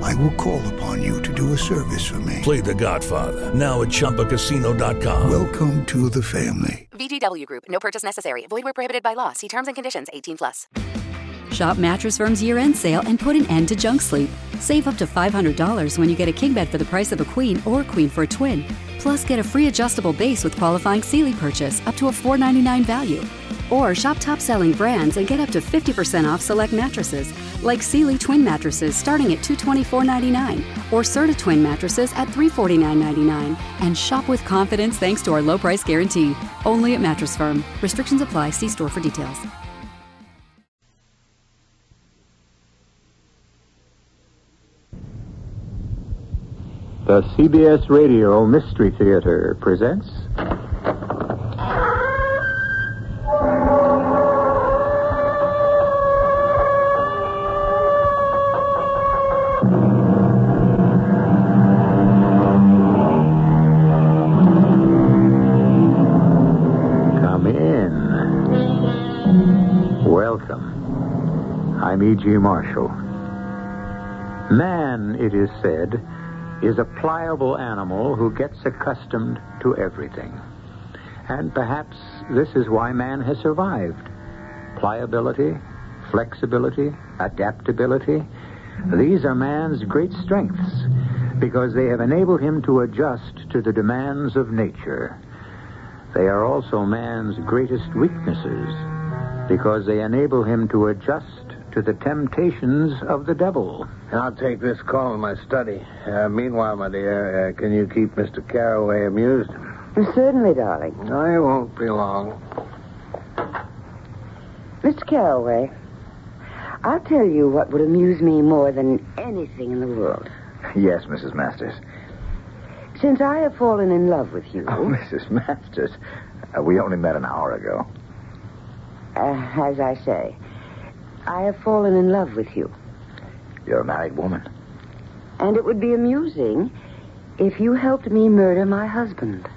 I will call upon you to do a service for me. Play The Godfather now at ChumbaCasino.com. Welcome to the family. VGW Group. No purchase necessary. Void where prohibited by law. See terms and conditions. 18 plus. Shop Mattress Firm's year-end sale and put an end to junk sleep. Save up to $500 when you get a king bed for the price of a queen or a queen for a twin. Plus, get a free adjustable base with qualifying Sealy purchase up to a $499 value. Or shop top-selling brands and get up to 50% off select mattresses, like Sealy twin mattresses starting at $224.99 or Serta twin mattresses at $349.99. And shop with confidence thanks to our low price guarantee. Only at Mattress Firm. Restrictions apply. See store for details. The CBS Radio Mystery Theater presents. Come in. Welcome. I'm E.G. Marshall. Man, it is said, is a pliable animal who gets accustomed to everything. And perhaps this is why man has survived. Pliability, flexibility, adaptability, these are man's great strengths because they have enabled him to adjust to the demands of nature. They are also man's greatest weaknesses because they enable him to adjust to the temptations of the devil. I'll take this call in my study. Uh, meanwhile, my dear, uh, can you keep Mr. Carroway amused? Certainly, darling. I won't be long. Mr. Carroway, I'll tell you what would amuse me more than anything in the world. Yes, Mrs. Masters. Since I have fallen in love with you, Oh, Mrs. Masters, uh, we only met an hour ago. uh, as I say, I have fallen in love with you. You're a married woman. And it would be amusing if you helped me murder my husband.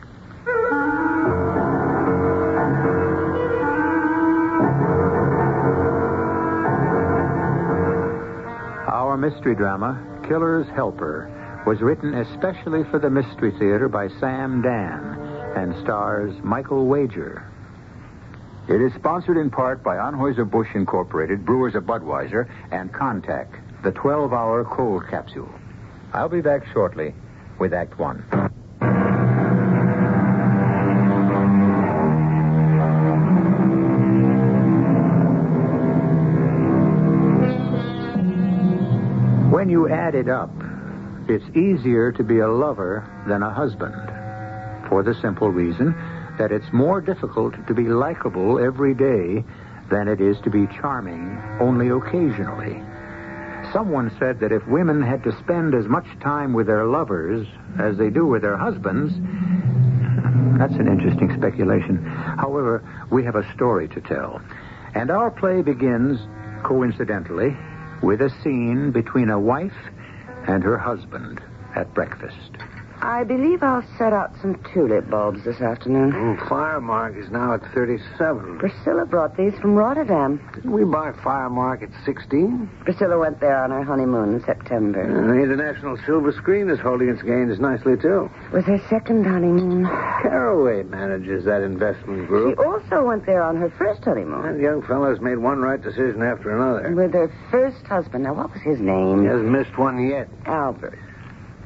Our mystery drama, Killer's Helper, was written especially for the Mystery Theater by Sam Dan and stars Michael Wager. It is sponsored in part by Anheuser-Busch Incorporated, Brewers of Budweiser, and Contact, the 12-hour cold capsule. I'll be back shortly with Act One. When you add it up, it's easier to be a lover than a husband. For the simple reason that it's more difficult to be likable every day than it is to be charming only occasionally. Someone said that if women had to spend as much time with their lovers as they do with their husbands, that's an interesting speculation. However, we have a story to tell. And our play begins, coincidentally, with a scene between a wife and her husband at breakfast. I believe I'll set out some tulip bulbs this afternoon. Mm, Firemark is now at Oh. 37. Priscilla brought these from Rotterdam. Didn't we buy Firemark at 16? Priscilla went there on her honeymoon in Uh, September. Uh-huh. the International Silver Screen is holding its gains nicely, too. It was her second honeymoon. Carroway manages that investment She group. also went there on her first That honeymoon young fellow's made one right decision after another. with her first husband. Now, what was his He name? hasn't missed one yet. Albert.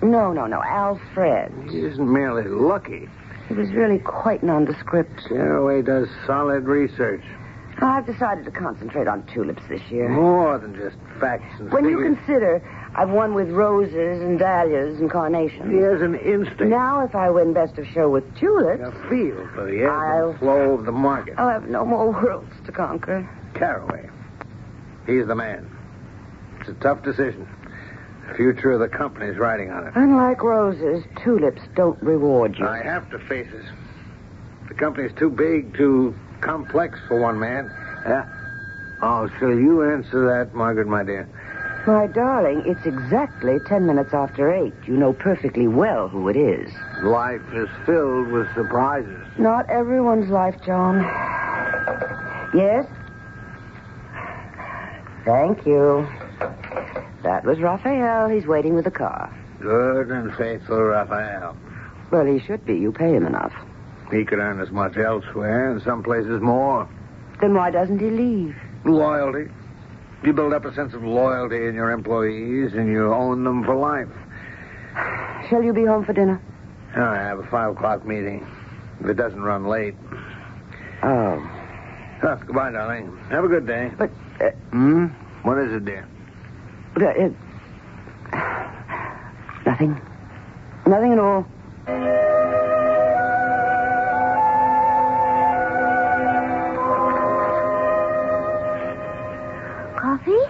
No, no, no, Alfred. He isn't merely lucky. He was really quite nondescript. Carroway does solid research. I've decided to concentrate on tulips this Oh, year. More than just facts and When you figures. consider I've won with roses and dahlias and carnations. He has an instinct. Now, if I win best of show with tulips, A feel for the ebb I'll- Oh. and flow of the market. I'll have no more worlds to conquer. Carraway. He's the man. It's a tough decision. The future of the company's riding on it. Unlike roses, tulips don't reward you. I have to face it. The company's too big, too complex for one man. Yeah. Oh, shall you answer that, Margaret, my dear? My darling, it's exactly ten minutes after eight. You know perfectly well who it is. Life is filled with surprises. Not everyone's life, John. Yes? Thank you. That was Raphael. He's waiting with the car. Good and faithful Raphael. Well, he should be. You pay him enough. He could earn as much elsewhere, and some places more. Then why doesn't he leave? Loyalty. You build up a sense of loyalty in your employees, and you own them for life. Shall you be home for dinner? I have a five o'clock meeting. If it doesn't run late. Oh. Huh, goodbye, darling. Have a good day. But, uh, Hmm? What is it, dear? but, uh, nothing. Nothing at all. Coffee?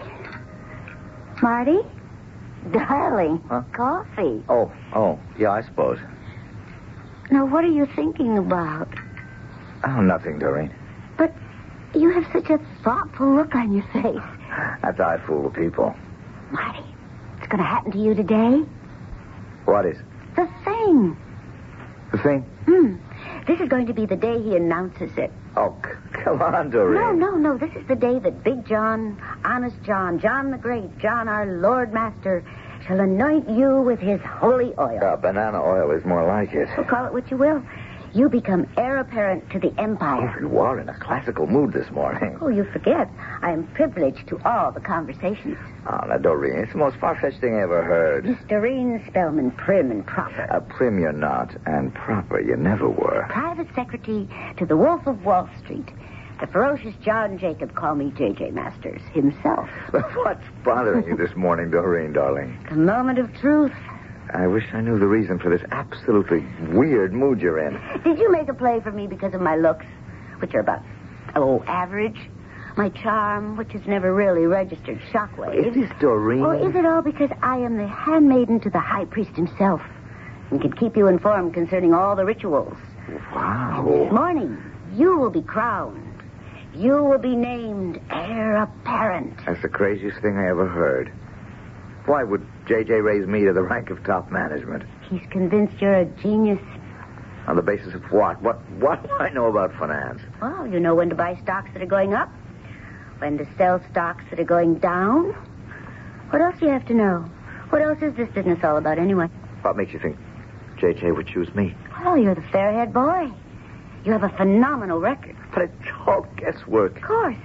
Marty? Darling, Huh? coffee. Oh, oh, yeah, I suppose. Now, what are you thinking about? Oh, nothing, Doreen. But you have such a thoughtful look on your face. That's how I fool the people. Marty, it's going to happen to you today. What is? The thing. The thing? Hmm. This is going to be the day he announces it. Oh, c- come on, Doreen. No, no, no. This is the day that Big John, Honest John, John the Great, John our Lord Master, shall anoint you with his holy oil. Uh, banana oil is more like it. Well, call it what you will. You become heir apparent to the empire. You are in a classical mood this morning. Oh, you forget. I am privileged to all the conversations. Oh, now, Doreen, it's the most far-fetched thing I ever heard. Doreen Spellman, prim and proper. A prim you're not, and proper you never were. Private secretary to the Wolf of Wall Street. The ferocious John Jacob, call me J.J. Masters, himself. What's bothering you this morning, Doreen, darling? The moment of truth. I wish I knew the reason for this absolutely weird mood you're in. Did you make a play for me because of my looks, which are about, oh, average? My charm, which has never really registered shockwaves. It is Doreen. Or Oh, is it all because I am the handmaiden to the high priest himself and can keep you informed concerning all the rituals? This Wow. morning, you will be crowned. You will be named heir apparent. That's the craziest thing I ever heard. Why would J.J. raise me to the rank of top management? He's convinced you're a genius. On the basis of what? What What do I know about finance? Well, you know when to buy stocks that are going up, when to sell stocks that are going down. What else do you have to know? What else is this business all about, anyway? What makes you think J.J. would choose me? Well, you're the fairhead boy. You have a phenomenal record. But it's all guesswork. Of course.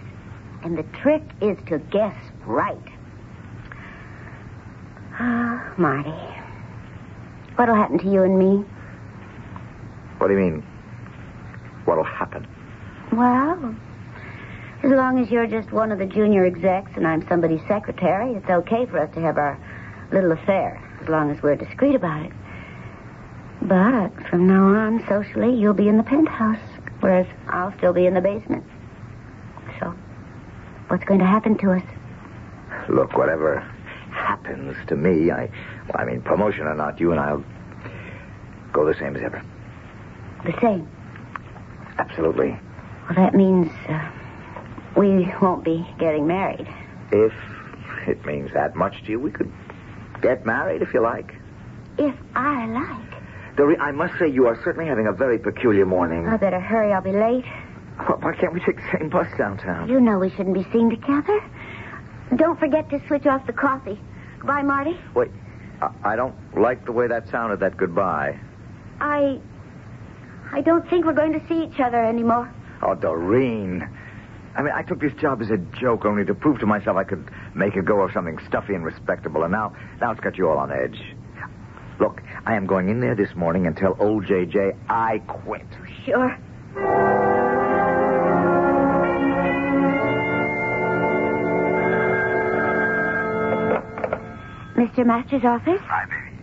And the trick is to guess right. Ah, Marty. What'll happen to you and me? What do you mean? What'll happen? Well, as long as you're just one of the junior execs and I'm somebody's secretary, it's okay for us to have our little affair, as long as we're discreet about it. But from now on, socially, you'll be in the penthouse, whereas I'll still be in the basement. So, what's going to happen to us? Look, whatever happens to me, I, well, I mean, promotion or not, you and I'll go the same as ever. The same. Absolutely. Well, that means uh, we won't be getting married. If it means that much to you, we could get married if you like. If I like. Doreen, I must say you are certainly having a very peculiar morning. I better hurry. I'll be late. Why- Why can't we take the same bus downtown? You know we shouldn't be seen together. Don't forget to switch off the coffee. Goodbye, Marty. Wait, I, I don't like the way that sounded, that goodbye. I. I don't think we're going to see each other anymore. Oh, Doreen. I mean, I took this job as a joke only to prove to myself I could make a go of something stuffy and respectable, and now, now it's got you all on edge. Look, I am going in there this morning and tell old J.J. I quit. Sure. Mr. Masters' office? Hi, baby.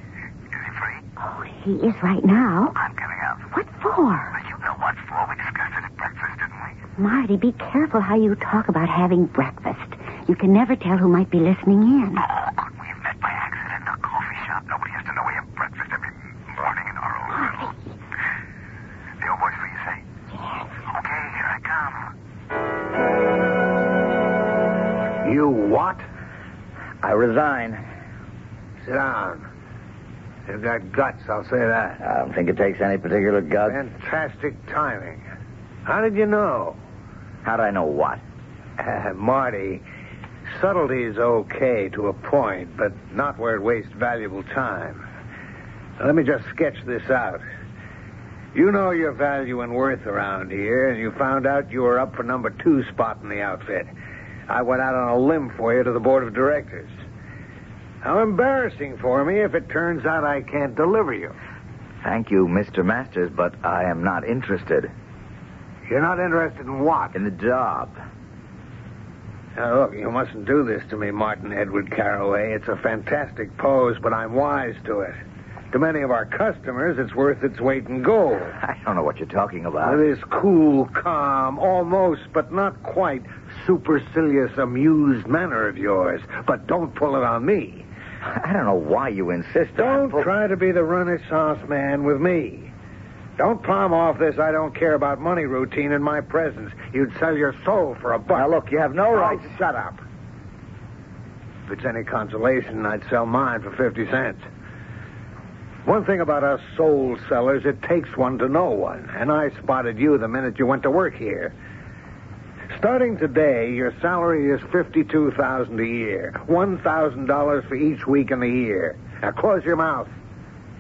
Is he free? Oh, he is right now. I'm coming out. What for? you know what for? We discussed it at breakfast, didn't we? Marty, be careful how you talk about having breakfast. You can never tell who might be listening in. Oh, we met by accident in a coffee shop. Nobody has to know we have breakfast every morning in our old room. The old boy's free, you say? Yes. You what? I resign. Sit down. You've got guts, I'll say that. I don't think it takes any particular guts. Fantastic timing. How did you know? How'd I know what? Uh, Marty, subtlety's okay to a point, but not where it wastes valuable time. Now, let me just sketch this out. You know your value and worth around here, and you found out you were up for number two spot in the outfit. I went out on a limb for you to the board of directors. How embarrassing for me if it turns out I can't deliver you. Thank you, Mr. Masters, but I am not interested You're not interested in what? in the job. Now, look, you mustn't do this to me, Martin Edward Carroway. It's a fantastic pose, but I'm wise to it. To many of our customers, it's worth its weight in gold. I don't know what you're talking about. Now, this cool, calm, almost but not quite supercilious, amused manner of yours. But don't pull it on me. I don't know why you insist on. Don't try to be the Renaissance man with me. Don't palm off this I don't care about money routine in my presence. You'd sell your soul for a buck. Now, look, you have no All right. right, shut up. If it's any consolation, I'd sell mine for 50 cents. One thing about us soul sellers, it takes one to know one. And I spotted you the minute you went to work here. Starting today, your salary is 52000 a year, $1,000 for each week in the year. Now close your mouth.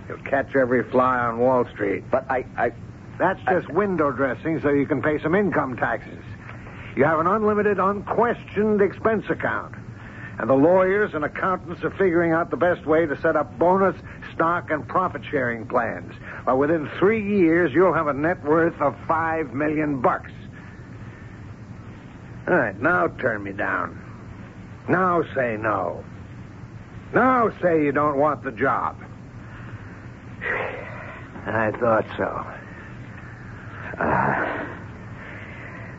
You'll catch every fly on Wall Street. But I, I. That's just window dressing so you can pay some income taxes. You have an unlimited, unquestioned expense account. And the lawyers and accountants are figuring out the best way to set up bonus, stock, and profit sharing plans. By within three years, you'll have a net worth of five million bucks. All right, now turn me down. Now say no. Now say you don't want the job. I thought so.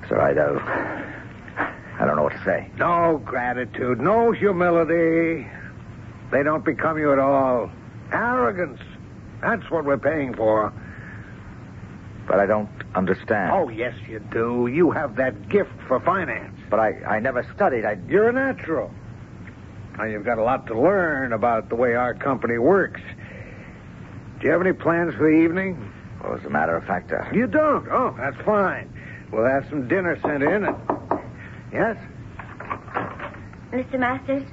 Sorry, I, I don't know what to say. No gratitude, no humility. They don't become you at all. Arrogance. That's what we're paying for. But I don't understand. Oh, yes, you do. You have that gift for finance. But I, I never studied. I. You're a natural. Now, you've got a lot to learn about the way our company works. Do you have any plans for the evening? Well, as a matter of fact, uh, You don't? Oh, that's fine. We'll have some dinner sent in and. Yes? Mr. Masters,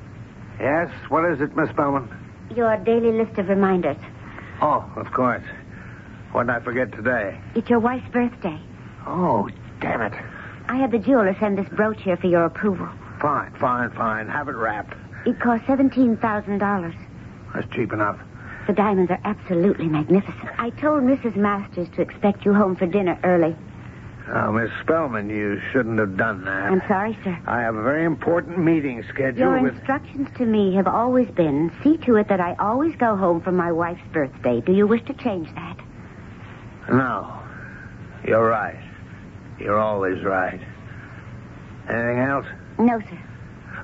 Yes? What is it, Miss Bellman? your daily list of reminders. Oh, of course. What did I forget today? It's your wife's birthday. Oh, damn it. I had the jeweler send this brooch here for your approval. Fine, fine, fine. Have it wrapped. It cost seventeen thousand dollars. That's cheap enough. The diamonds are absolutely magnificent. I told Mrs. Masters to expect you home for dinner early. Oh, Miss Spellman, you shouldn't have done that. I'm sorry, sir. I have a very important meeting scheduled Your with. instructions to me have always been see to it that I always go home for my wife's birthday. Do you wish to change that? No. You're right. You're always right. Anything else? No, sir.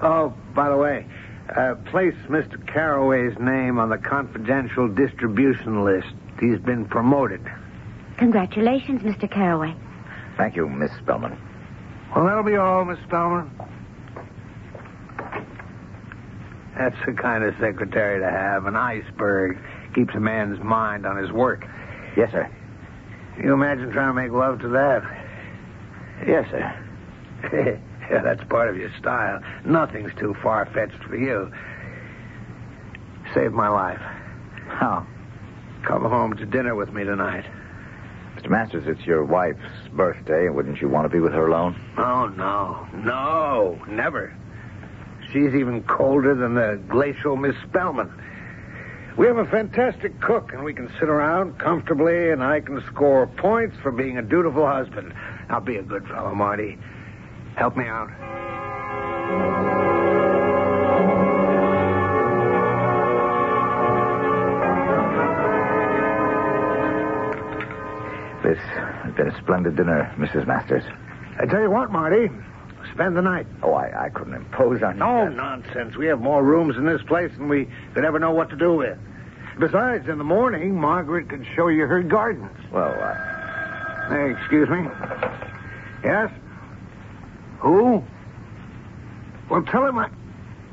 Oh, by the way, uh, place Mr. Carraway's name on the confidential distribution list. He's been promoted. Congratulations, Mr. Caraway. thank you, Miss Spellman. Well, that'll be all, Miss Spellman. That's the kind of secretary to have. An iceberg keeps a man's mind on his work. Yes, sir. Can you imagine trying to make love to that? Yes, sir. yeah, that's part of your style. Nothing's too far fetched for you. Saved my life. How? Come home to dinner with me tonight. Mr. Masters, it's your wife's birthday. Wouldn't you want to be with her alone? Oh, no. No, never. She's even colder than the glacial Miss Spellman. We have a fantastic cook, and we can sit around comfortably, and I can score points for being a dutiful husband. Now, be a good fellow, Marty. Help me out. This has been a splendid dinner, Mrs. Masters. I tell you what, Marty, spend the night. Oh, I, I couldn't impose on you. No nonsense. We have more rooms in this place than we could ever know what to do with. Besides, in the morning, Margaret could show you her gardens. Well, uh, Hey, excuse me. Yes? Who? What Well, tell him I.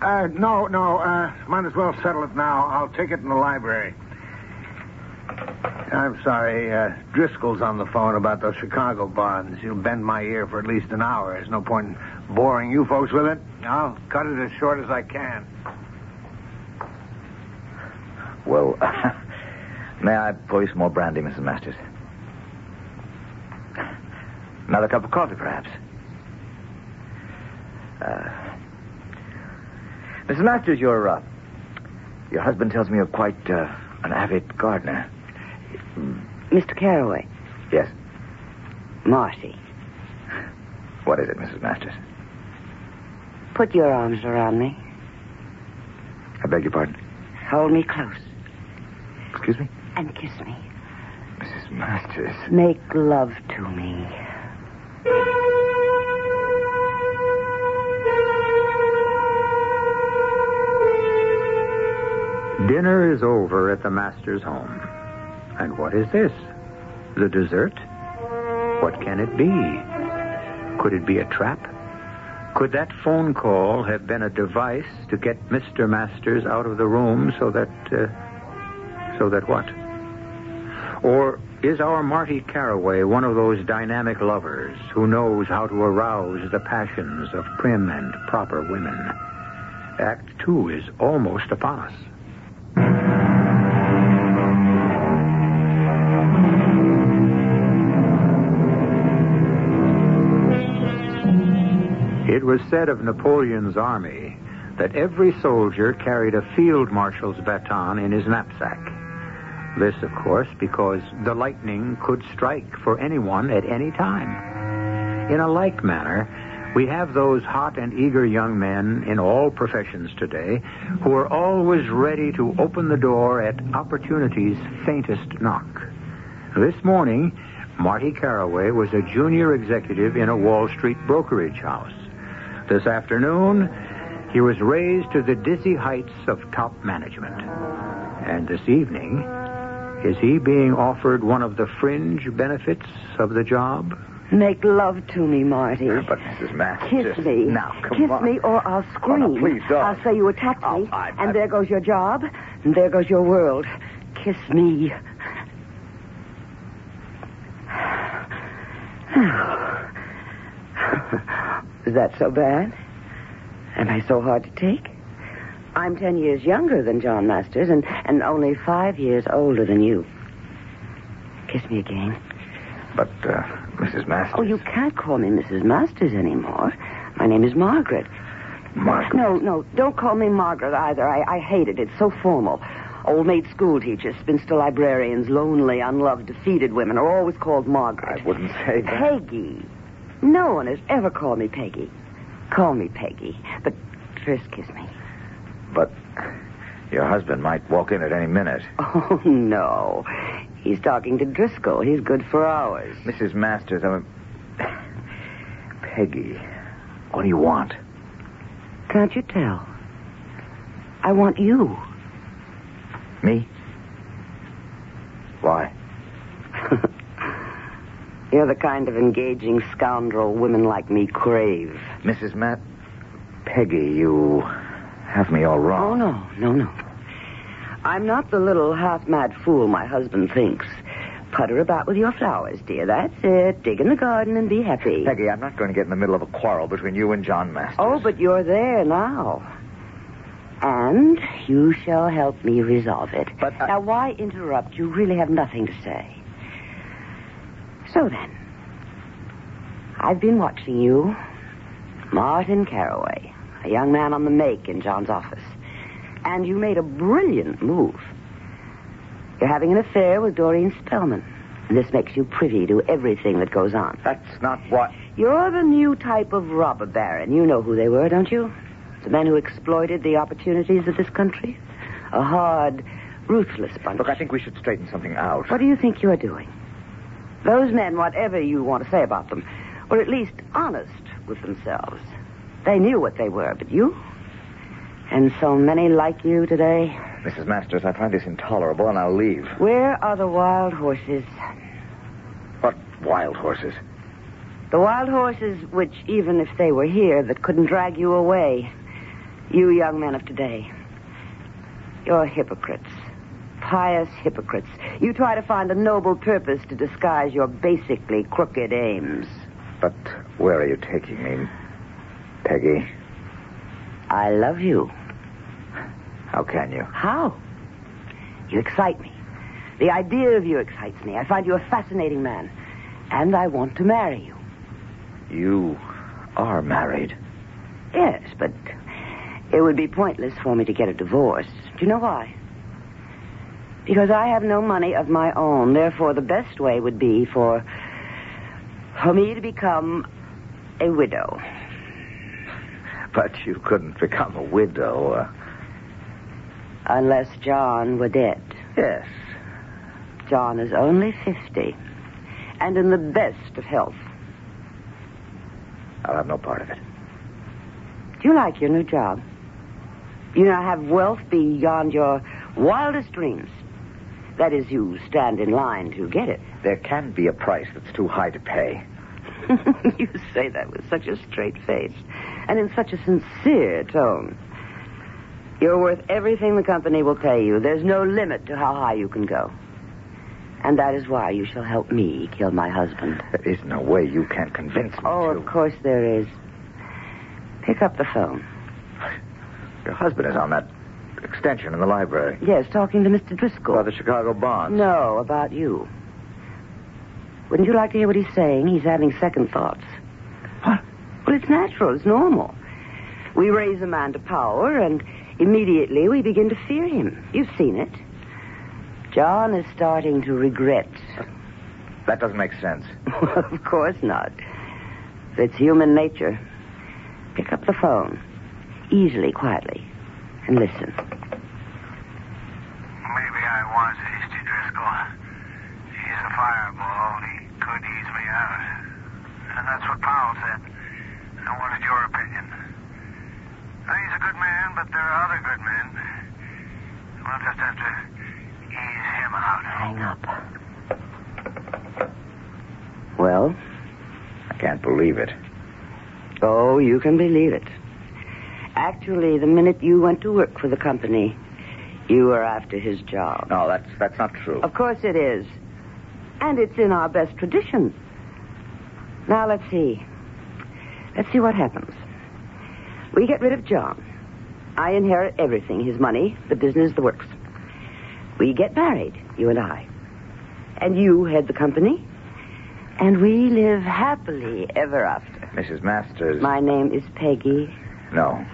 Uh, no, no. Uh, might as well settle it now. I'll take it in the library. I'm sorry. Uh, Driscoll's on the phone about those Chicago bonds. He'll bend my ear for at least an hour. There's no point in boring you folks with it. I'll cut it as short as I can. Well, may I pour you some more brandy, Mrs. Masters? Another cup of coffee, perhaps. Uh, Mrs. Masters, your uh, your husband tells me you're quite uh, an avid gardener. Mr. Carroway, Yes. Marcy, What is it, Mrs. Masters? put your arms around me. I beg your pardon. Hold me close Excuse me, and kiss me. Mrs. Masters. Make love to me. Dinner is over at the master's home. And what is this? The dessert? What can it be? Could it be a trap? Could that phone call have been a device to get Mr. Masters out of the room so that. Uh, so that what? Or is our Marty Caraway one of those dynamic lovers who knows how to arouse the passions of prim and proper women? Act two is almost upon us. It was said of Napoleon's army that every soldier carried a field marshal's baton in his knapsack. This, of course, because the lightning could strike for anyone at any time. In a like manner, we have those hot and eager young men in all professions today who are always ready to open the door at opportunity's faintest knock. This morning, Marty Caraway was a junior executive in a Wall Street brokerage house. This afternoon, he was raised to the dizzy heights of top management. And this evening, is he being offered one of the fringe benefits of the job? Make love to me, Marty. But Mrs. Masters, Kiss me. now come Kiss on. me or I'll scream. Oh, no, please don't. I'll say you attacked me. Oh, I- I- and there goes your job, and there goes your world. Kiss me. Is that so bad? Am I so hard to take? I'm ten years younger than John Masters and, and only five years older than you. Kiss me again. But uh, Mrs. Masters. Oh, you can't call me Mrs. Masters anymore. My name is Margaret. Margaret. No, no, don't call me Margaret either. I, I hate it. It's so formal. Old maid school teachers, spinster librarians, lonely, unloved, defeated women are always called Margaret. I wouldn't say that. Peggy. No one has ever called me Peggy. Call me Peggy, but first kiss me. But your husband might walk in at any minute. Oh, no. He's talking to Driscoll. He's good for hours. Mrs. Masters, I'm. Peggy, what do you want? Can't you tell? I want you. Me? Why? You're the kind of engaging scoundrel women like me crave. Mrs. Matt. Peggy, you have me all wrong. Oh, no, no, no. I'm not the little half mad fool my husband thinks. Putter about with your flowers, dear. That's it. Dig in the garden and be happy. Peggy, I'm not going to get in the middle of a quarrel between you and John Masters. Oh, but you're there now. And you shall help me resolve it. But I- Now, why interrupt? You really have nothing to say. So then, I've been watching you. Martin Caraway, a young man on the make in John's office. And you made a brilliant move. You're having an affair with Doreen Spellman. This makes you privy to everything that goes on. That's not what. You're the new type of robber baron. You know who they were, don't you? The men who exploited the opportunities of this country. A hard, ruthless bunch. Look, I think we should straighten something out. What do you think you are doing? Those men, whatever you want to say about them, were at least honest with themselves. They knew what they were, but you? And so many like you today. Mrs. Masters, I find this intolerable, and I'll leave. Where are the wild horses? What wild horses? The wild horses, which, even if they were here, that couldn't drag you away. You young men of today. You're hypocrites. Pious hypocrites. You try to find a noble purpose to disguise your basically crooked aims. But where are you taking me, Peggy? I love you. How can you? How? You excite me. The idea of you excites me. I find you a fascinating man. And I want to marry you. You are married. Yes, but it would be pointless for me to get a divorce. Do you know why? Because I have no money of my own. Therefore, the best way would be for for me to become a widow. But you couldn't become a widow. Uh, Unless John were dead. yes. John is only 50 and in the best of health. I'll have no part of it. Do you like your new job? You now have wealth beyond your wildest dreams. That is, you stand in line to get it. There can be a price that's too high to pay. you say that with such a straight face and in such a sincere tone. You're worth everything the company will pay you. There's no limit to how high you can go. And that is why you shall help me kill my husband. There is no way you can convince me Oh, to. of course there is. Pick up the phone. Your husband is on that extension in the library. Yes, talking to Mr. Driscoll. About the Chicago bonds. No, about you. Wouldn't you like to hear what he's saying? He's having second thoughts. What? Well, it's natural. It's normal. We raise a man to power, and immediately we begin to fear him. You've seen it. John is starting to regret. That doesn't make sense. of course not. It's human nature. Pick up the phone, easily, quietly, and listen. Maybe I was hasty, Driscoll. He's a fireball. He could ease me out. And that's what Powell said. Now, what is your opinion? Now, he's a good man, but there are other good men. We'll just have to ease him out. Hang up. Well? I can't believe it. Oh, you can believe it. Actually, the minute you went to work for the company, you were after his job. No, that's that's not true. Of course it is. And it's in our best tradition. Now, let's see. Let's see what happens. We get rid of John. I inherit everything his money, the business, the works. We get married, you and I. And you head the company. And we live happily ever after. Mrs. Masters. My name is Peggy. No.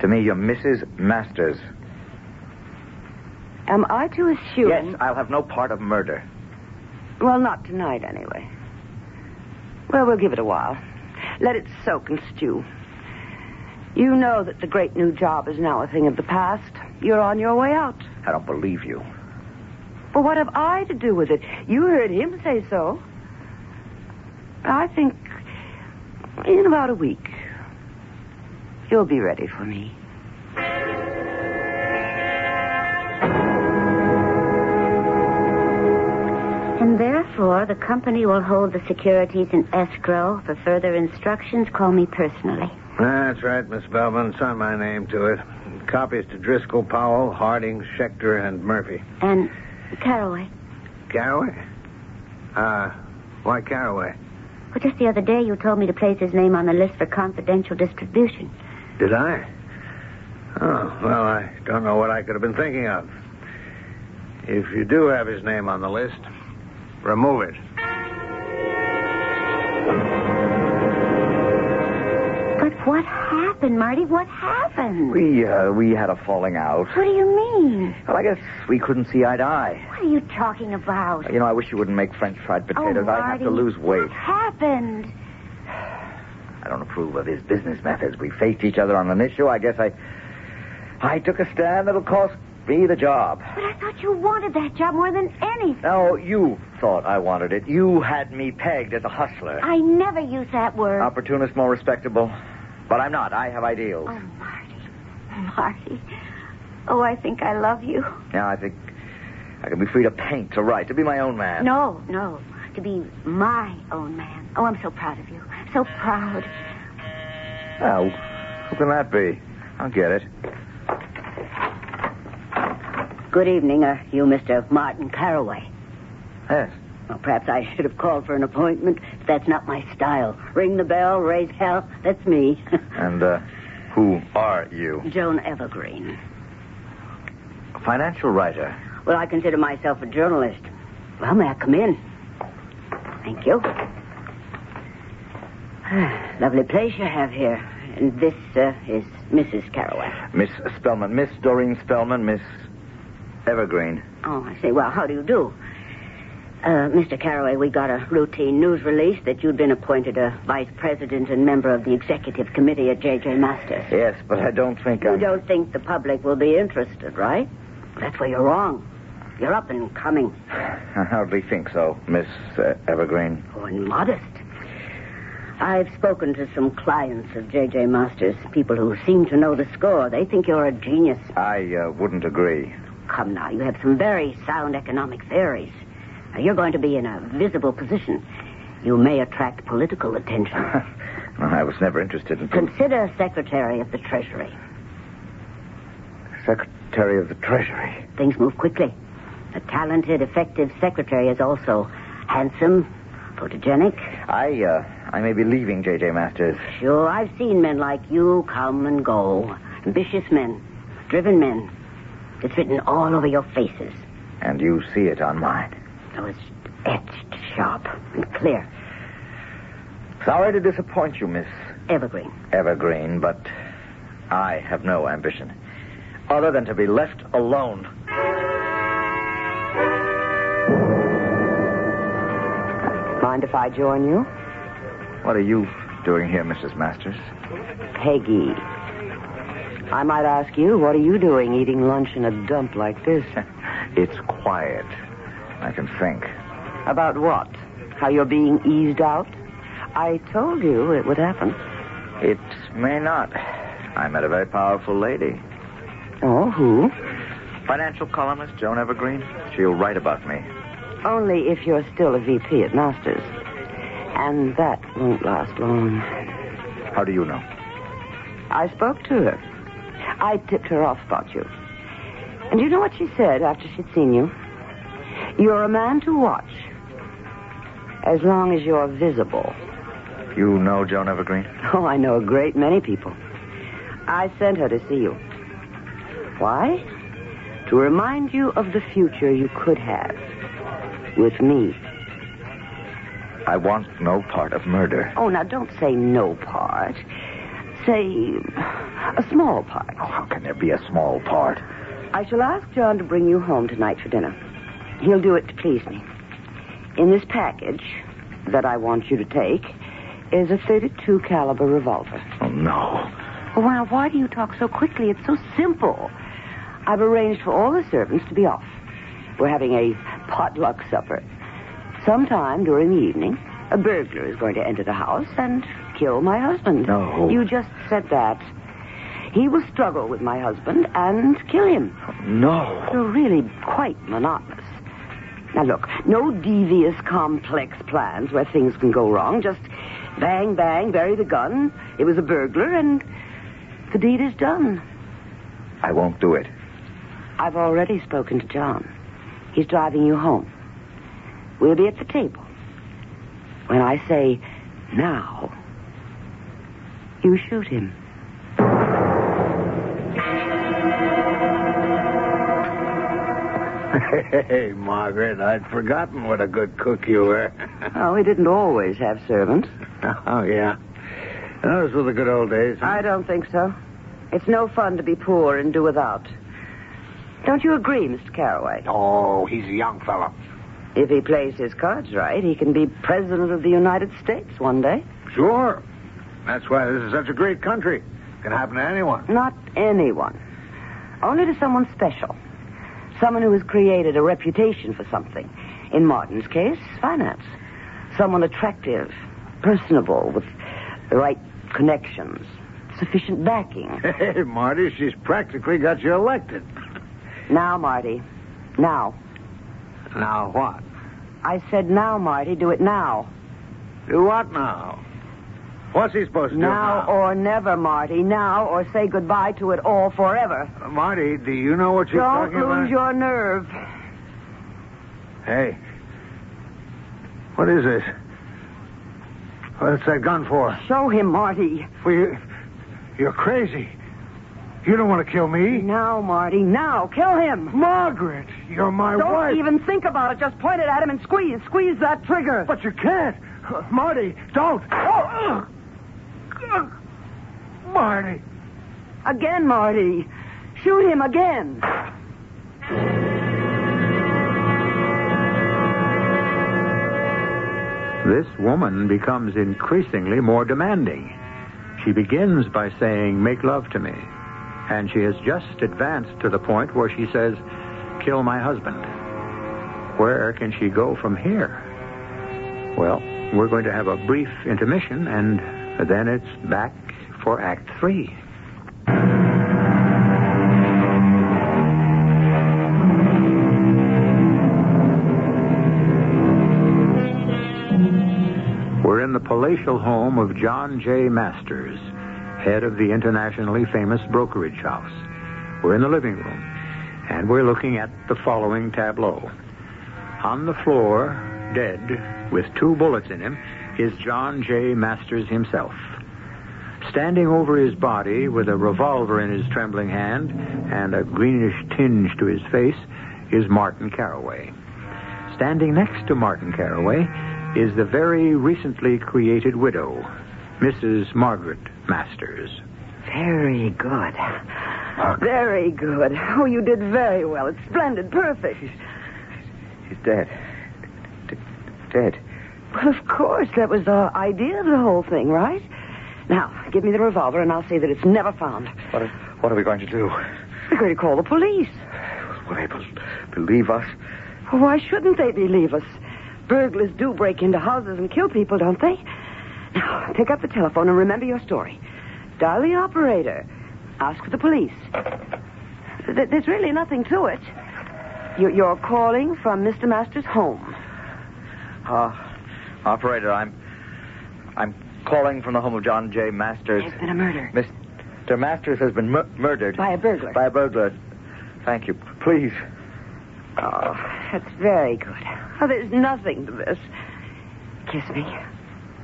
To me, you're Mrs. Masters. Am I to assume? Yes, I'll have no part of murder. Well, not tonight, anyway. Well, we'll give it a while. Let it soak and stew. You know that the great new job is now a thing of the past. You're on your way out. I don't believe you. But what have I to do with it? You heard him say so. I think in about a week, you'll be ready for me. And therefore, the company will hold the securities in escrow. For further instructions, call me personally. That's right, Miss Bellman. Sign my name to it. Copies to Driscoll, Powell, Harding, Schechter, and Murphy. And Caraway. Caraway? Uh, why Caraway? Well, just the other day, you told me to place his name on the list for confidential distribution. Did I? Oh, well, I don't know what I could have been thinking of. If you do have his name on the list, remove it. But what happened, Marty? What happened? We uh, we had a falling out. What do you mean? Well, I guess we couldn't see eye to eye. What are you talking about? You know, I wish you wouldn't make French fried oh, potatoes. Marty, I have to lose weight. What happened? I don't approve of his business methods. We faced each other on an issue. I guess I I took a stand that'll cost me the job. But I thought you wanted that job more than anything. Now you thought I wanted it. You had me pegged as a hustler. I never use that Uh, word. Opportunist, more respectable. But I'm not. I have ideals. Oh, Marty. Marty. Oh, I think I love you. Now I think I can be free to paint, to write, to be my own man. Oh, No, no. to be my own man. Oh, I'm so proud of you. So proud. Oh, who can that be? I'll get it. Good evening. Are you Mr. Martin Caraway? Yes. Well, perhaps I should have called for an appointment, but that's not my style. Ring the bell, raise hell. That's me. And uh, who are you? Joan Evergreen. A financial writer. Well, I consider myself a journalist. Well, may I come in? Thank you. Lovely place you have here. And this uh, is Mrs. Caraway. Miss Spellman. Miss Doreen Spellman. Miss Evergreen. Oh, I see. Well, how do you do? Uh, Mr. Caraway, we got a routine news release that you'd been appointed a vice president and member of the executive committee at J.J. Masters. Yes, but I don't think You I'm... don't think the public will be interested, right? That's where you're wrong. You're up and coming. I hardly think so, Miss uh, Evergreen. Oh, and modest. I've spoken to some clients of J.J. Masters, people who seem to know the score. They think you're a genius. I uh, wouldn't agree. Come now, you have some very sound economic theories. Now, you're going to be in a visible position. You may attract political attention. I was never interested in... Consider Secretary of the Treasury. Secretary of the Treasury. Things move quickly. A talented, effective secretary is also handsome, photogenic. I, uh, I may be leaving J.J. Masters. Sure, I've seen men like you come and go. Ambitious men, driven men. It's written all over your faces. And you see it on mine. Oh, it's etched sharp and clear. Sorry to disappoint you, Miss Evergreen. Evergreen, but I have no ambition other than to be left alone. Mind if I join you? What are you doing here, Mrs. Masters? Peggy. I might ask you, what are you doing eating lunch in a dump like this? It's quiet. I can think. About what? How you're being eased out? I told you it would happen. It may not. I met a very powerful lady. Oh, who? Financial columnist Joan Evergreen. She'll write about me. Only if you're still a VP at Masters. And that won't last long. How do you know? I spoke to her. I tipped her off about you. And you know what she said after she'd seen you? You're a man to watch. As long as you're visible. You know Joan Evergreen? Oh, I know a great many people. I sent her to see you. Why? To remind you of the future you could have. With me. I want no part of murder. Oh, now don't say no part. Say a small part. Oh, how can there be a small part? I shall ask John to bring you home tonight for dinner. He'll do it to please me. In this package that I want you to take is a 32 caliber revolver. Oh, no. Well, now, why do you talk so quickly? It's so simple. I've arranged for all the servants to be off. We're having a potluck supper. Sometime during the evening, a burglar is going to enter the house and kill my husband. No. You just said that. He will struggle with my husband and kill him. No. You're really quite monotonous. Now, look, no devious, complex plans where things can go wrong. Just bang, bang, bury the gun. It was a burglar, and the deed is done. I won't do it. I've already spoken to John. He's driving you home. We'll be at the table. When I say now, you shoot him. Hey, Margaret, I'd forgotten what a good cook you were. Oh, he didn't always have servants. oh, yeah. Those were the good old days. huh? I don't think so. It's no fun to be poor and do without. Don't you agree, Mr. Carraway? Oh, he's a young fellow. If he plays his cards right, he can be president of the United States one day. Sure. That's why this is such a great country. Can happen to anyone. Not anyone. Only to someone special. Someone who has created a reputation for something. In Martin's case, finance. Someone attractive, personable, with the right connections, sufficient backing. Hey, Marty, she's practically got you elected. now, Marty. Now. Now what? I said now, Marty. Do it now. Do what now? What's he supposed to Now do or never, Marty. Now or say goodbye to it all forever. now? Marty, do you know what you're Don't talking lose about? your nerve. Hey. What is this? What's that gun for? Show him, Marty. Well, you, you're crazy. You don't want to kill me. Now, Marty. Now, kill him. Margaret, you're my Don't wife. even think about it. Just point it at him and squeeze. Squeeze that trigger. But you can't. Marty, don't. Oh, ugh. Ugh. Marty. Again, Marty. Shoot him again. This woman becomes increasingly more demanding. She begins by saying, Make love to me. And she has just advanced to the point where she says, Kill my husband. Where can she go from here? Well, we're going to have a brief intermission, and then it's back for Act Three. We're in the palatial home of John J. Masters, head of the internationally famous brokerage house. We're in the living room, and we're looking at the following tableau. On the floor, dead, with two bullets in him, is John J. Masters himself. Standing over his body with a revolver in his trembling hand and a greenish tinge to his face is Martin Caraway. Standing next to Martin Caraway is the very recently created widow, Mrs. Margaret Masters. Very good. Very good. Oh, you did very well. It's splendid. Perfect. She's dead. D- dead. Well, of course. That was the idea of the whole thing, right? Now, give me the revolver and I'll say that it's never found. What are, what are we going to do? We're going to call the police. Will they bel believe us? Why shouldn't they believe us? Burglars do break into houses and kill people, don't they? Now, pick up the telephone and remember your story. Dial the operator. Ask for the police. Th- There's really nothing to it. You- You're calling from Mr. Masters' home. Uh, operator, I'm. I'm calling from the home of John J. Masters. There's been a murder. Mr. Masters has been mur- murdered. By a burglar. By a burglar. Thank you. Please. Oh, that's very good. Oh, there's nothing to this. Kiss me.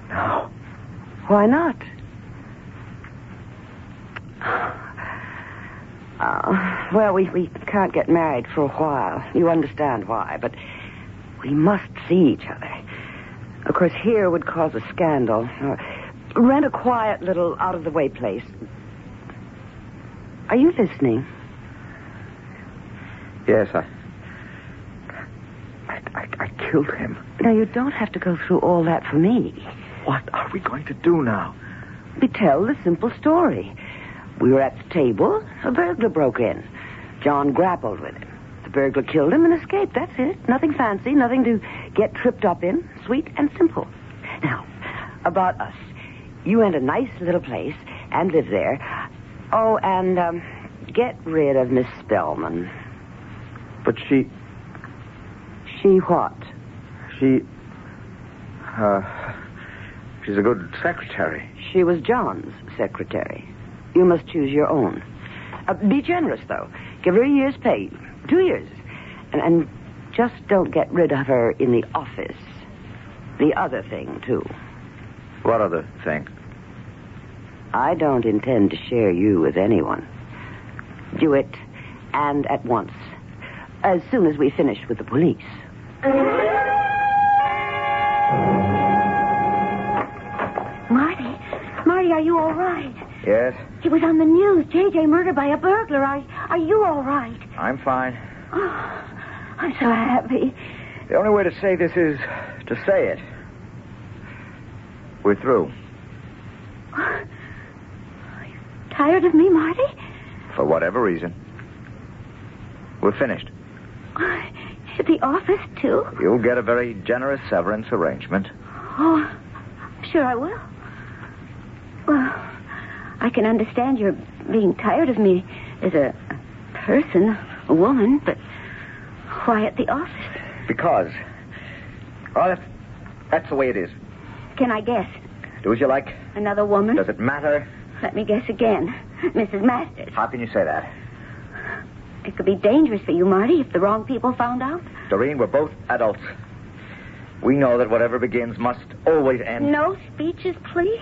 No. Why not? Uh, well, we, we can't get married for a while. You understand why, but we must see each other. Of course, here would cause a scandal. Uh, rent a quiet little out of the way place. Are you listening? Yes, I. I, I, I killed him. Now, you don't have to go through all that for me. What are we going to do now? We tell the simple story. We were at the table. A burglar broke in. John grappled with him. The burglar killed him and escaped. That's it. Nothing fancy, nothing to get tripped up in. Sweet and simple. Now, about us. You rent a nice little place and live there. Oh, and um, get rid of Miss Spellman. But she. She what? She. Uh, she's a good secretary. She was John's secretary. You must choose your own. Uh, be generous, though. Give her a year's pay. Two years. And, and just don't get rid of her in the office. The other thing, too. What other thing? I don't intend to share you with anyone. Do it, and at once. As soon as we finish with the police. Marty, Marty, are you all right? Yes, It was on the news. JJ murdered by a burglar. Are, are you all right? I'm fine. Oh, I'm so happy. The only way to say this is to say it. We're through. Are you tired of me, Marty? For whatever reason. We're finished. At the office, too? You'll get a very generous severance arrangement. Oh, sure I will. Well, I can understand your being tired of me as a a person, a woman, but why at the office? Because Oh, that's, that's the way it is. Can I guess? Do as you like. Another woman? Does it matter? Let me guess again. Mrs. Masters. How can you say that? It could be dangerous for you, Marty, if the wrong people found out. Doreen, we're both adults. We know that whatever begins must always end. No speeches, please.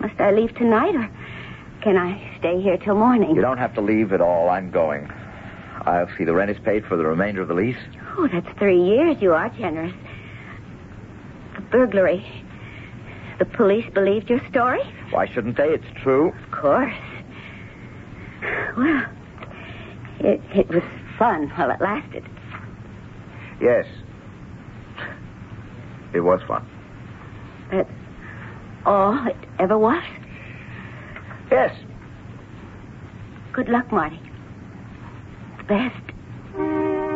Must I leave tonight, or can I stay here till morning? You don't have to leave at all. I'm going. I'll see the rent is paid for the remainder of the lease. Oh, that's three years. You are generous. The burglary. The police believed your story? Why shouldn't they? It's true. Of course. Well, it, it was fun while it lasted. Yes. It was fun. That's all it ever was? Yes. Good luck, Marty. The best.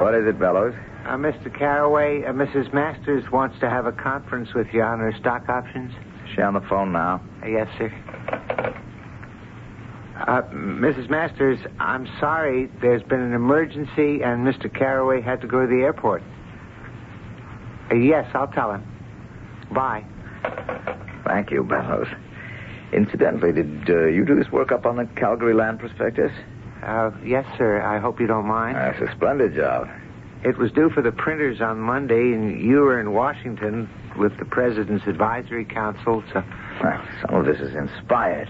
What is it, Bellows? Uh, Mr. Carraway, uh, Mrs. Masters wants to have a conference with you on her stock options. Is she on the phone now? Uh, yes, sir. Uh, Mrs. Masters, I'm sorry. There's been an emergency, and Mr. Carraway had to go to the airport. Uh, yes, I'll tell him. Bye. Thank you, Bellows. Incidentally, did uh, you do this work up on the Calgary land prospectus? Uh, yes, sir. I hope you don't mind. That's a splendid job. It was due for the printers on Monday, and you were in Washington with the President's Advisory Council, so. Well, some of this is inspired.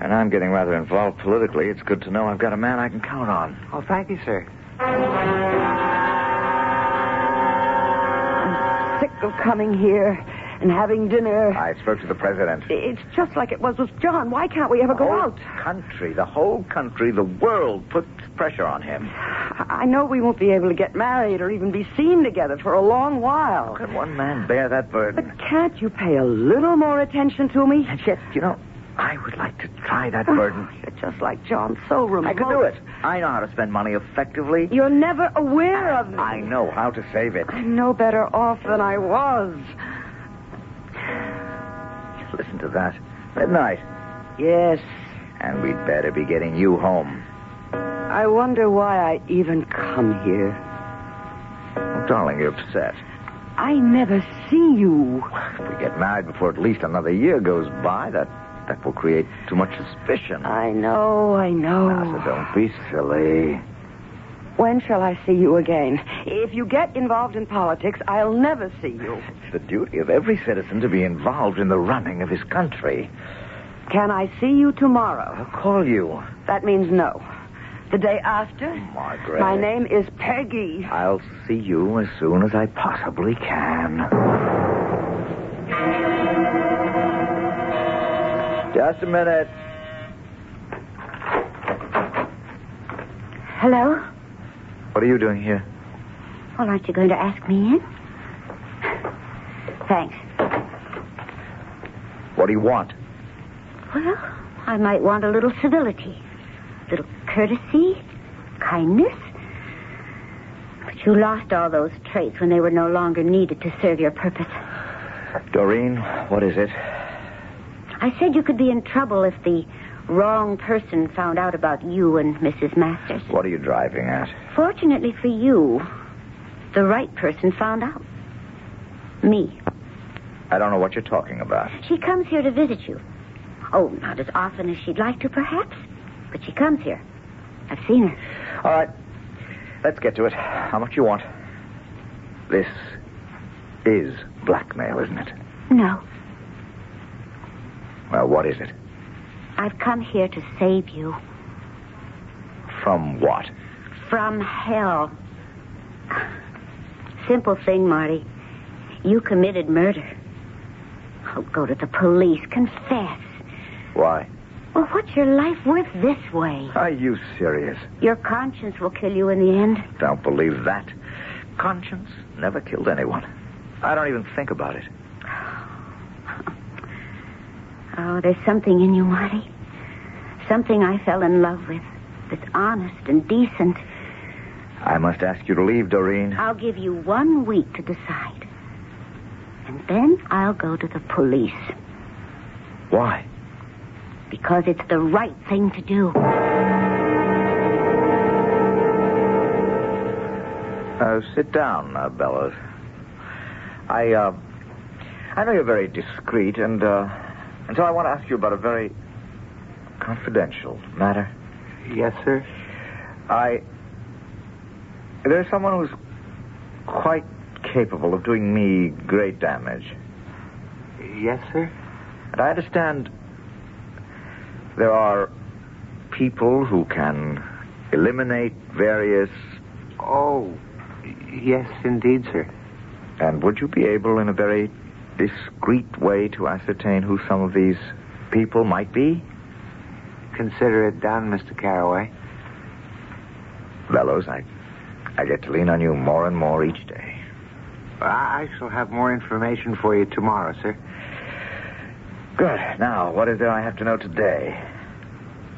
And I'm getting rather involved politically. It's good to know I've got a man I can count on. Oh, thank you, sir. I'm sick of coming here and having dinner. I spoke to the president. It's just like it was with John. Why can't we ever go whole out? country, the whole country, the world put pressure on him. I know we won't be able to get married or even be seen together for a long while. Could one man bear that But burden? can't you pay a little more attention to me? And yet, you know, I would like to try that burden. Oh, you're just like John, so remote. I could do it. I know how to spend money effectively. You're never aware of me. I know how to save it. I'm no better off than I was. Listen to that. Midnight. Yes. And we'd better be getting you home. I wonder why I even come here. Well, Oh, darling, you're upset. I never see you. If we get married before at least another year goes by, that that will create too much suspicion. I know, I know. Now, so don't be silly. When shall I see you again? If you get involved in politics, I'll never see you. It's the duty of every citizen to be involved in the running of his country. Can I see you tomorrow? I'll call you. That means no. The day after? Oh, Margaret. My name is Peggy. I'll see you as soon as I possibly can. Just a minute. Hello? What are you doing here? Well, aren't you going to ask me in? Thanks. What do you want? Well, I might want a little civility, a little courtesy, kindness. But you lost all those traits when they were no longer needed to serve your purpose. Doreen, what is it? I said you could be in trouble if the wrong person found out about you and Mrs. Masters. What are you driving at? Fortunately for you, the right person found out. Me. I don't know what you're talking about. She comes here to visit you. Oh, not as often as she'd like to, perhaps, but she comes here. I've seen her. All right. Let's get to it. How much you want? This is blackmail, isn't it? No, Well, what is it? I've come here to save you From what? from hell. Simple thing, Marty. You committed murder. Oh, go to the police. Confess. Why? Well, what's your life worth this way? Are you serious? Your conscience will kill you in the end. Don't believe that. Conscience never killed anyone. I don't even think about it. Oh, there's something in you, Marty. Something I fell in love with. That's honest and decent. I must ask you to leave, Doreen. I'll give you one week to decide. And then I'll go to the police. Why? Because it's the right thing to do. Uh, sit down, uh, Bellows. I, uh, I know you're very discreet, and, uh, and so I want to ask you about a very confidential matter. Yes, sir? I. There's someone who's quite capable of doing me great damage. Yes, sir? And I understand there are people who can eliminate various. Oh, yes, indeed, sir. And would you be able, in a very discreet way, to ascertain who some of these people might be? Consider it done, Mr. Carroway. Bellows, I, I get to lean on you more and more each day. I I shall have more information for you tomorrow, sir. Good. Now, what is there I have to know today?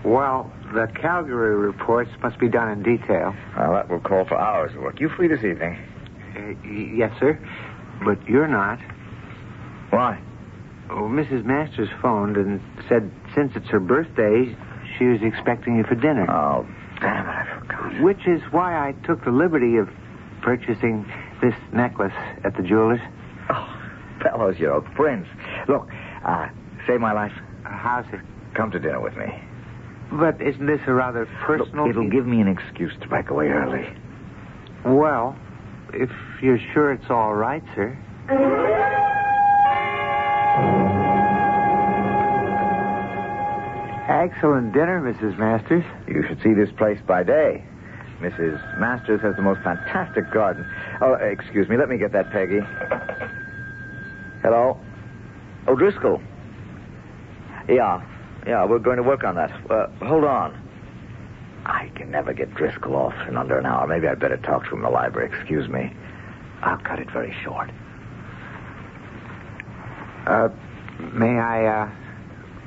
Well, the Calgary reports must be done in detail. Well, that will call for hours of work. You free this evening? Uh, y- yes, sir. But you're not. Why? Oh, Mrs. Masters phoned and said since it's her birthday, she was expecting you for dinner. Oh, damn it, I forgot. Which is why I took the liberty of purchasing this necklace at the jeweler's. Oh, Bellows, you're a prince. Look, uh, save my life. Uh, How's it? Come to dinner with me. But isn't this a rather Look, personal? it'll give me an excuse to back away early. Well, if you're sure it's all right, sir. Excellent dinner, Mrs. Masters. You should see this place by day. Mrs. Masters has the most fantastic garden. Oh, excuse me. Let me get that, Peggy. Hello? Oh, Driscoll. Yeah, yeah, we're going to work on that. Uh, hold on. I can never get Driscoll off in under an hour. Maybe I'd better talk to him in the library. Excuse me. I'll cut it very short. Uh, may I, uh,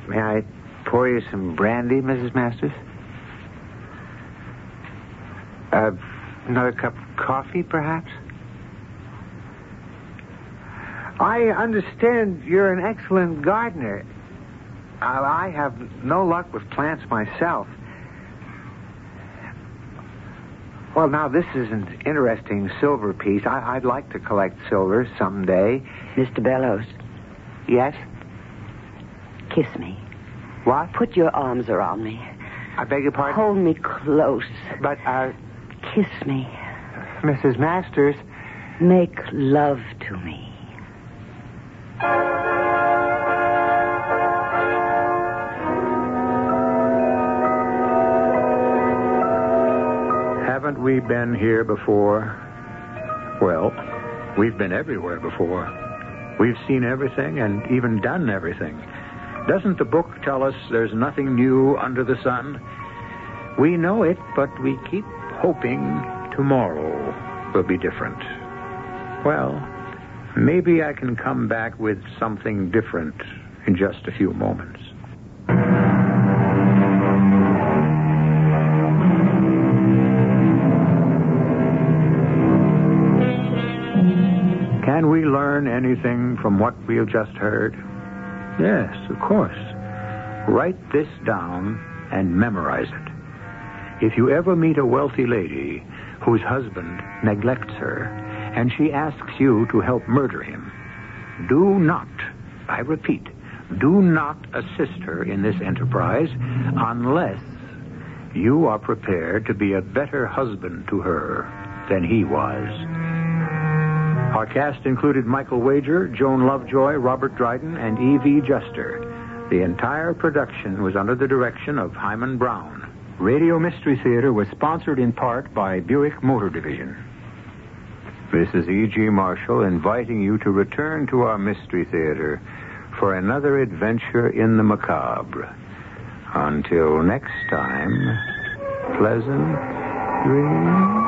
may I pour you some brandy, Mrs. Masters? Uh, another cup of coffee, perhaps? I understand you're an excellent gardener. I I have no luck with plants myself. Well, now, this is an interesting silver piece. I, I'd like to collect silver someday. Mr. Bellows, Yes? kiss me. What? Put your arms around me. I beg your pardon? Hold me close. But, uh, Kiss me. Mrs. Masters, Make love to me. Haven't we been here before? Well, we've been everywhere before. We've seen everything and even done everything. Doesn't the book tell us there's nothing new under the sun? We know it, but we keep hoping tomorrow will be different. Well, maybe I can come back with something different in just a few moments. Can we learn anything from what we have just heard? Yes, of course. Write this down and memorize it. If you ever meet a wealthy lady whose husband neglects her and she asks you to help murder him, do not, I repeat, do not assist her in this enterprise unless you are prepared to be a better husband to her than he was. Our cast included Michael Wager, Joan Lovejoy, Robert Dryden, and E.V. Juster. The entire production was under the direction of Hyman Brown. Radio Mystery Theater was sponsored in part by Buick Motor Division. This is E.G. Marshall inviting you to return to our Mystery Theater for another adventure in the macabre. Until next time, pleasant dreams.